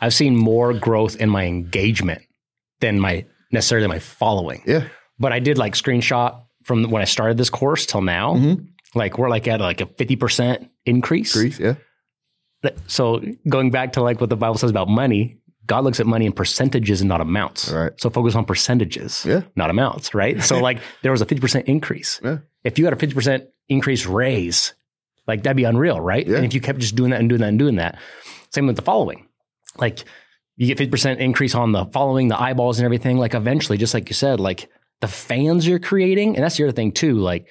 I've seen more growth in my engagement than my necessarily my following. Yeah. But I did like screenshot from when I started this course till now. Mm-hmm. Like we're like at like a fifty percent increase. Greece, yeah. Th- So going back to like what the Bible says about money, God looks at money in percentages and not amounts. Right. So focus on percentages, Yeah. not amounts. Right. So like there was a fifty percent increase. Yeah. If you had a fifty percent increase raise, like that'd be unreal, right? Yeah. And if you kept just doing that and doing that and doing that, same with the following, like you get fifty percent increase on the following, the eyeballs and everything. Like eventually, just like you said, like the fans you're creating, and that's the other thing too, like.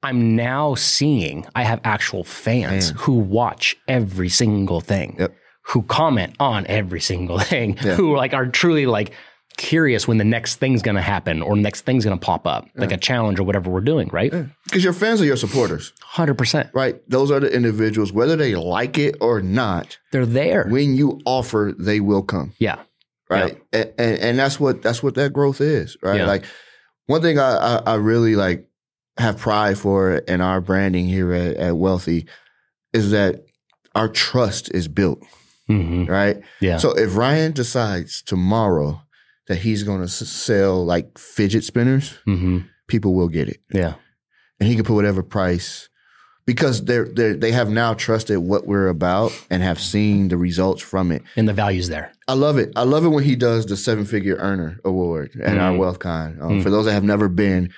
I'm now seeing I have actual fans who watch every single thing, Yep. who comment on every single thing, Yeah. who like are truly like curious when the next thing's going to happen or next thing's going to pop up, like a challenge or whatever we're doing, right? Because your fans are your supporters, 100%. right? Those are the individuals, whether they like it or not. They're there. When you offer, they will come. yeah. right? A- And, and that's what that's what that growth is, right? Yeah. Like one thing I, I I really like have pride for in our branding here at, at Wealthy is that our trust is built, hmm right? Yeah. So if Ryan decides tomorrow that he's going to s- sell like fidget spinners, hmm people will get it, Yeah. and he can put whatever price. Because they're, they're, they have now trusted what we're about and have seen the results from it. And the value's there. I love it. I love it when he does the seven figure earner award at our Mm. WealthCon. Um, Mm. For those that have never been,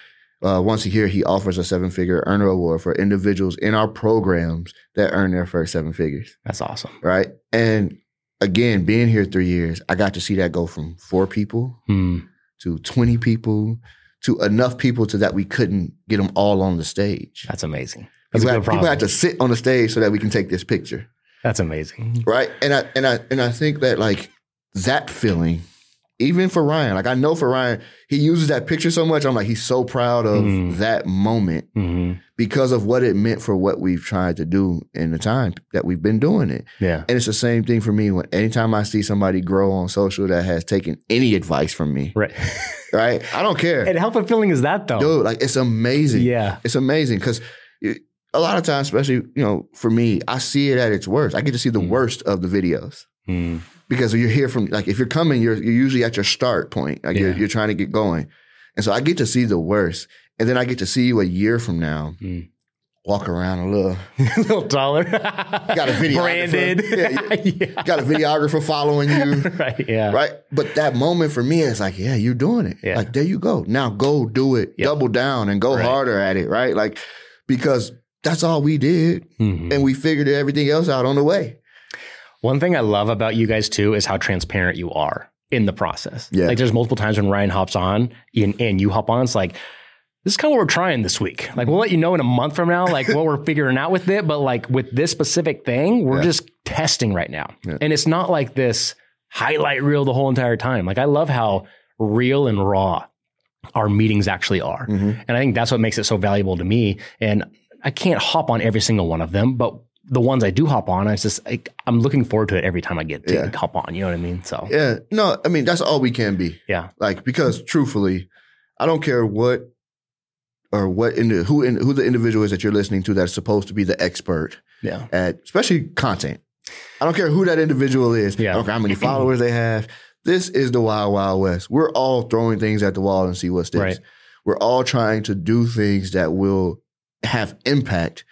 uh, once a year he offers a seven figure earner award for individuals in our programs that earn their first seven figures. That's awesome. Right, and again, being here three years, I got to see that go from four people Mm. to twenty people to enough people to that we couldn't get them all on the stage. That's amazing. That's People a had, good people problem. had to sit on the stage so that we can take this picture That's amazing. right and i and i and i think that like that feeling even for ryan like i know for ryan he uses that picture so much i'm like he's so proud of Mm. that moment hmm because of what it meant for what we've tried to do in the time that we've been doing it Yeah. and it's the same thing for me when anytime i see somebody grow on social that has taken any advice from me Right. right i don't care and how fulfilling is that though? dude like it's amazing Oh. Yeah. it's amazing because a lot of times especially you know for me i see it at its worst i get to see the Mm. worst of the videos Mm. because you're here from like if you're coming, you're you're usually at your start point. Like you're Yeah. you're trying to get going, and so I get to see the worst, and then I get to see you a year from now. Mm. Walk around a little. a little taller. got a videographer. Branded. Yeah, yeah. Got a videographer following you, right. Yeah. right? But that moment for me is like, yeah, you're doing it. Yeah. Like there you go. Now go do it. Yeah. Double down and go Right. harder at it, right? Like because that's all we did, Mhm. and we figured everything else out on the way. One thing I love about you guys too is how transparent you are in the process. Yeah. Like there's multiple times when Ryan hops on and, and you hop on, it's like, this is kind of what we're trying this week. Like we'll let you know in a month from now, like what we're figuring out with it. But like with this specific thing, we're Yeah. just testing right now. Yeah. And it's not like this highlight reel the whole entire time. Like I love how real and raw our meetings actually are. Mhm. And I think that's what makes it so valuable to me. And I can't hop on every single one of them, but the ones I do hop on, it's just like, I'm looking forward to it every time I get to Yeah. hop on. You know what I mean? So Yeah, no, I mean that's all we can be. yeah, like because truthfully, I don't care what or what in the, who in, who the individual is that you're listening to that's supposed to be the expert yeah, at especially content. I don't care who that individual is. Yeah. I don't care how many followers they have. This is the wild wild west. We're all throwing things at the wall and see what sticks. Right. We're all trying to do things that will have impact.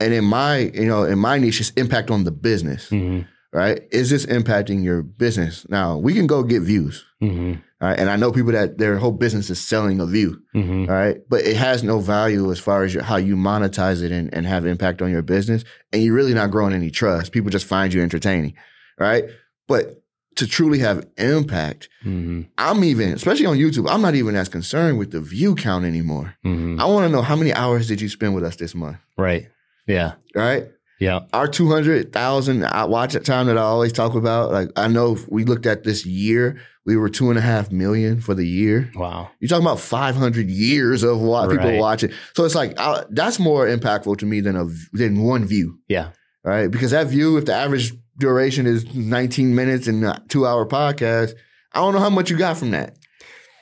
And in my, you know, in my niche, it's impact on the business, Mhm. right? Is this impacting your business? Now we can go get views. Mhm. All right. And I know people that their whole business is selling a view. Mhm. All right. But it has no value as far as your, how you monetize it and, and have impact on your business. And you're really not growing any trust. People just find you entertaining. Right. But to truly have impact, Mhm. I'm even, especially on YouTube, I'm not even as concerned with the view count anymore. Mhm. I want to know how many hours did you spend with us this month? right, yeah, Right. yeah, Our 200,000 watch time that I always talk about. Like, I know if we looked at this year, we were two and a half million for the year. wow, You're talking about 500 years of what people Right. watching. So it's like I, that's more impactful to me than a v- than one view, yeah, right? Because that view, if the average duration is 19 minutes and a two hour podcast, I don't know how much you got from that.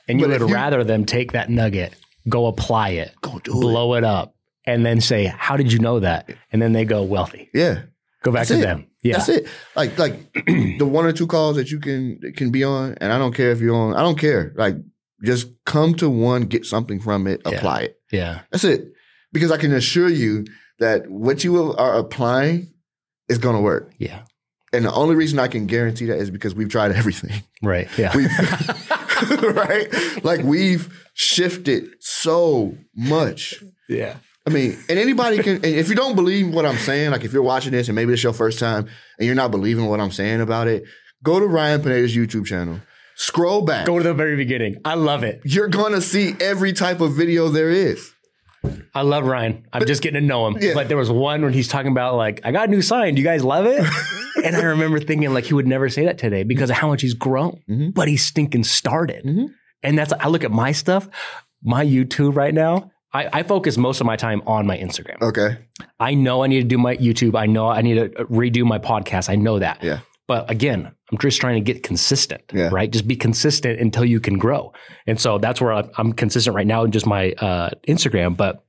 and you But would if you- rather them take that nugget, go apply it, Go do blow it up, and then say, "How did you know that?" And then they go wealthy. it. Yeah, Go back That's to it. them. Yeah. That's it. Like like the one or two calls that you can can be on, and I don't care if you're on. I don't care. Like just come to one, get something from it, Yeah. apply it. Yeah. That's it. Because I can assure you that what you are applying is going to work. Yeah. And the only reason I can guarantee that is because we've tried everything. Right. Yeah. We've, right? Like we've shifted so much. yeah. I mean, and anybody can, and if you don't believe what I'm saying, like if you're watching this and maybe it's your first time and you're not believing what I'm saying about it, go to Ryan Pineda's YouTube channel, scroll back. Go to the very beginning. I love it. you're going to see every type of video there is. I love Ryan. I'm just getting to know him. Yeah. But there was one when he's talking about like, I got a new sign. Do you guys love it? and I remember thinking like he would never say that today because of how much he's grown. Mhm. But he stinking started. Mhm. And that's I look at my stuff, my YouTube right now. I, I focus most of my time on my Instagram. Okay. I know I need to do my YouTube. I know I need to redo my podcast. I know that. Yeah. But again, I'm just trying to get consistent, Yeah. right? Just be consistent until you can grow. And so that's where I'm, I'm consistent right now in just my uh, Instagram, but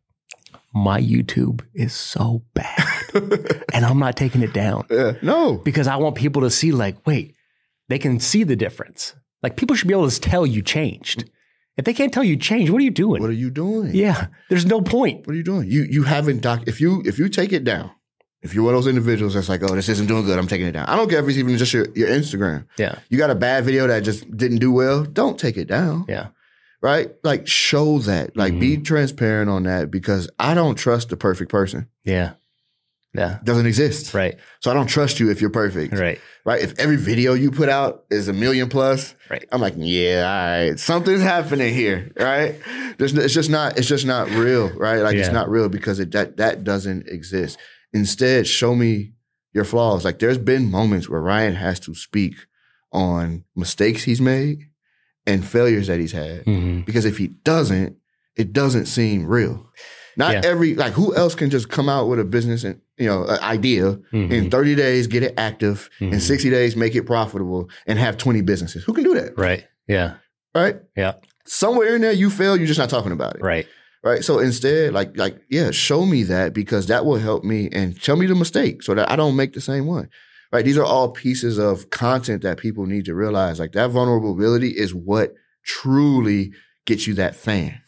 my YouTube is so bad and I'm not taking it down Yeah. No. because I want people to see like, wait, they can see the difference. Like people should be able to tell you changed. If they can't tell you changed, what are you doing? What are you doing? yeah. There's no point. What are you doing? You you haven't doc. If you if you take it down, if you're one of those individuals that's like, oh, this isn't doing good, I'm taking it down. I don't care if it's even just your, your Instagram. Yeah. You got a bad video that just didn't do well. Don't take it down. Yeah. Right. Like show that. Like be Mm-hmm. transparent on that because I don't trust the perfect person. Yeah. Yeah. doesn't exist. Right. So I don't trust you if you're perfect. Right. Right. If every video you put out is a million plus, Right. I'm like, yeah, all right, something's happening here, right? There's, it's just not, it's just not real, right? Like it's Yeah. not real because it, that that doesn't exist. Instead, show me your flaws. Like there's been moments where Ryan has to speak on mistakes he's made and failures that he's had Mm-hmm. because if he doesn't, it doesn't seem real. Not Yeah. every like who else can just come out with a business and you know an idea mm-hmm. in 30 days get it active in Mhm. 60 days make it profitable and have 20 businesses who can do that Right. Yeah. right Yeah. somewhere in there you fail you're just not talking about it Right. right so instead like like yeah show me that because that will help me and tell me the mistake so that i don't make the same one right these are all pieces of content that people need to realize like that vulnerability is what truly gets you that fan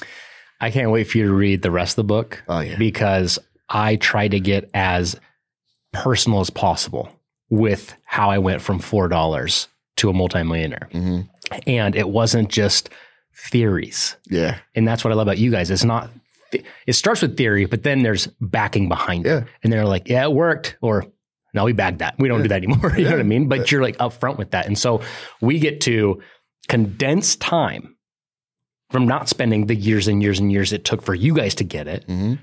I can't wait for you to read the rest of the book oh yeah because I try to get as personal as possible with how I went from $4 to a multimillionaire. hmm And it wasn't just theories. yeah And that's what I love about you guys. It's not, it starts with theory, but then there's backing behind Yeah. it. And they're like, yeah, it worked. Or, no, we bagged that. We don't do that anymore. you know what I mean? But you're like upfront with that. And so we get to condense time from not spending the years and years and years it took for you guys to get it hmm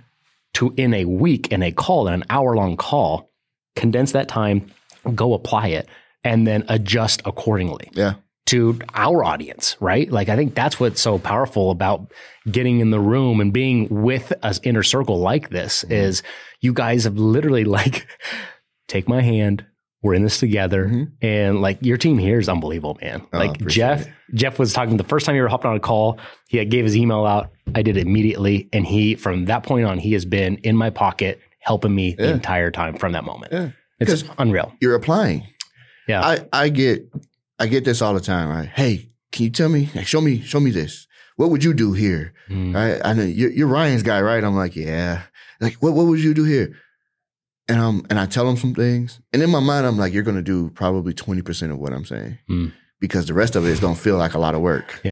to in a week in a call in an hour long call condense that time go apply it and then adjust accordingly Yeah. to our audience right like i think that's what's so powerful about getting in the room and being with an inner circle like this Mm-hmm. is you guys have literally like take my hand we're in this together Mhm. and like your team here is unbelievable man Oh, I like appreciate jeff it. jeff was talking the first time you were hopping on a call he had gave his email out i did it immediately and he from that point on he has been in my pocket helping me the Yeah. entire time from that moment Yeah. it's unreal you're applying. Yeah. I, I get I get this all the time, right? Hey, can you tell me? Like, show me, show me this. What would you do here? Mm. Right? I know you're, you're Ryan's guy, right? I'm like, yeah. Like, what what would you do here? And um and I tell him some things, and in my mind, I'm like, you're gonna do probably twenty percent of what I'm saying Mm. because the rest of it is gonna feel like a lot of work. Yeah.